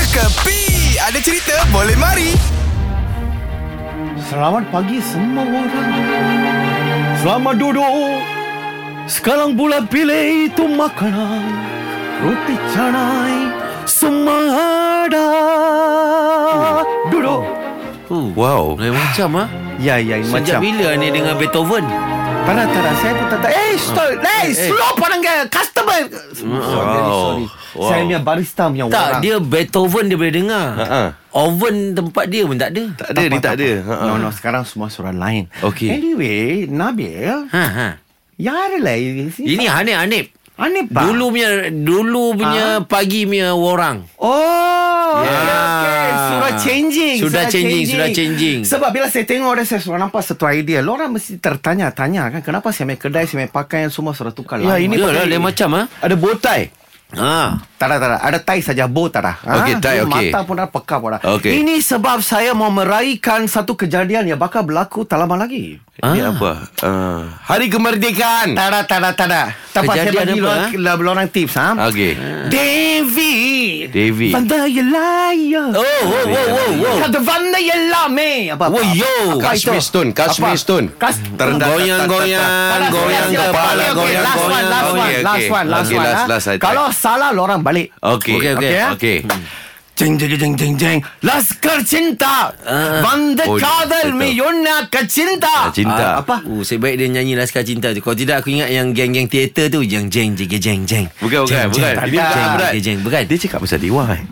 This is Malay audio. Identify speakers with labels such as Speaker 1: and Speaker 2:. Speaker 1: Kepi Ada cerita boleh mari
Speaker 2: Selamat pagi semua orang Selamat duduk Sekarang bulan pilih itu makanan Roti canai Semua ada Duduk
Speaker 3: Oh,
Speaker 1: Wow
Speaker 3: lain macam ah.
Speaker 2: Ya, ya, macam
Speaker 3: Sejak bila ni dengan Beethoven?
Speaker 2: Tarak, tarak, saya pun tak tahu Eh, stop Eh,
Speaker 3: Eh, Ah. eh.
Speaker 2: slow pandang ke Customer Sorry, sorry
Speaker 1: Wow.
Speaker 2: Saya punya barista punya
Speaker 3: Tak,
Speaker 2: orang
Speaker 3: dia Beethoven dia boleh dengar.
Speaker 1: Ha-ha.
Speaker 3: Oven tempat dia pun tak ada.
Speaker 1: Tak ada ni tak ada Ha-ha.
Speaker 2: No, no, sekarang semua surat lain
Speaker 1: Okey.
Speaker 2: Anyway, Nabil
Speaker 3: Ha ha.
Speaker 2: Yarelah
Speaker 3: Ini Hanif Hanif.
Speaker 2: Aneh pak
Speaker 3: Dulu punya dulu punya
Speaker 1: Ha?
Speaker 3: pagi punya orang.
Speaker 2: Oh yeah. okay, okay.
Speaker 3: Yeah.
Speaker 2: Sudah changing
Speaker 3: Sudah changing, sudah changing.
Speaker 2: Sebab bila saya tengok Orang saya sudah nampak Satu idea Lorang mesti tertanya-tanya kan Kenapa saya punya kedai Saya punya pakaian Semua sudah tukar
Speaker 3: Ya,
Speaker 2: lain.
Speaker 3: ini
Speaker 2: Betul.
Speaker 3: Yalah, lain macam, ah.
Speaker 2: Ada bow tie
Speaker 3: Ha.
Speaker 2: tak ada, tak ada. Ada tie saja, bow tak ada.
Speaker 1: Okey, tie,
Speaker 2: Ini
Speaker 1: okey.
Speaker 2: Mata pun dah peka pun dah.
Speaker 1: Okey.
Speaker 2: Ini sebab saya mau meraihkan satu kejadian yang bakal berlaku tak lama lagi.
Speaker 3: Ha?
Speaker 1: Ni apa Ah. Hari Kemerdekaan
Speaker 2: Tak ada, tak ada, tak ada. Tak apa, saya
Speaker 3: Kejadian
Speaker 2: bagi
Speaker 3: apa,
Speaker 2: lorang, lorang tips. Ha?
Speaker 1: Okey
Speaker 2: Devi.
Speaker 1: Devi.
Speaker 2: Vandayalayah.
Speaker 3: Oh, oh, oh, oh, oh.
Speaker 2: Kata Vanda Yellame apa,
Speaker 3: Wow, yo.
Speaker 1: Kashmir Stone Kashmir Stone
Speaker 2: Kas
Speaker 1: Terendah-
Speaker 3: Goyang-goyang,
Speaker 1: tak- tak- tak- tak.
Speaker 3: goyang
Speaker 1: Silakan,
Speaker 3: kepala,
Speaker 1: okey, okey.
Speaker 3: goyang,
Speaker 2: Last one
Speaker 3: goyang.
Speaker 2: Last one
Speaker 1: Okey,
Speaker 2: Last
Speaker 1: okey.
Speaker 2: one Last
Speaker 1: Okey,
Speaker 2: one
Speaker 1: last,
Speaker 2: ah.
Speaker 1: last, I try.
Speaker 2: Kalau salah Lorang balik
Speaker 1: Okey
Speaker 3: Okey, okey,
Speaker 1: Okey ya?
Speaker 2: ah?
Speaker 1: Okey
Speaker 2: Jeng jeng jeng jeng jeng Laskar cinta
Speaker 3: Ah.
Speaker 2: Vanda
Speaker 1: Oh,
Speaker 2: kadal
Speaker 1: betul. Ah,
Speaker 2: miyonna kacinta
Speaker 1: cinta.
Speaker 2: Ah, Apa
Speaker 3: Oh, sebaik dia nyanyi Laskar Cinta tu. Kalau tidak aku ingat yang geng-geng teater tu yang jeng jeng jeng jeng.
Speaker 1: Bukan, bukan, bukan. Ini
Speaker 3: Jeng, jeng, jeng,
Speaker 1: bukan,
Speaker 3: jeng,
Speaker 1: bukan.
Speaker 3: jeng, jeng, bukan.
Speaker 1: Dia cakap pasal Dewa eh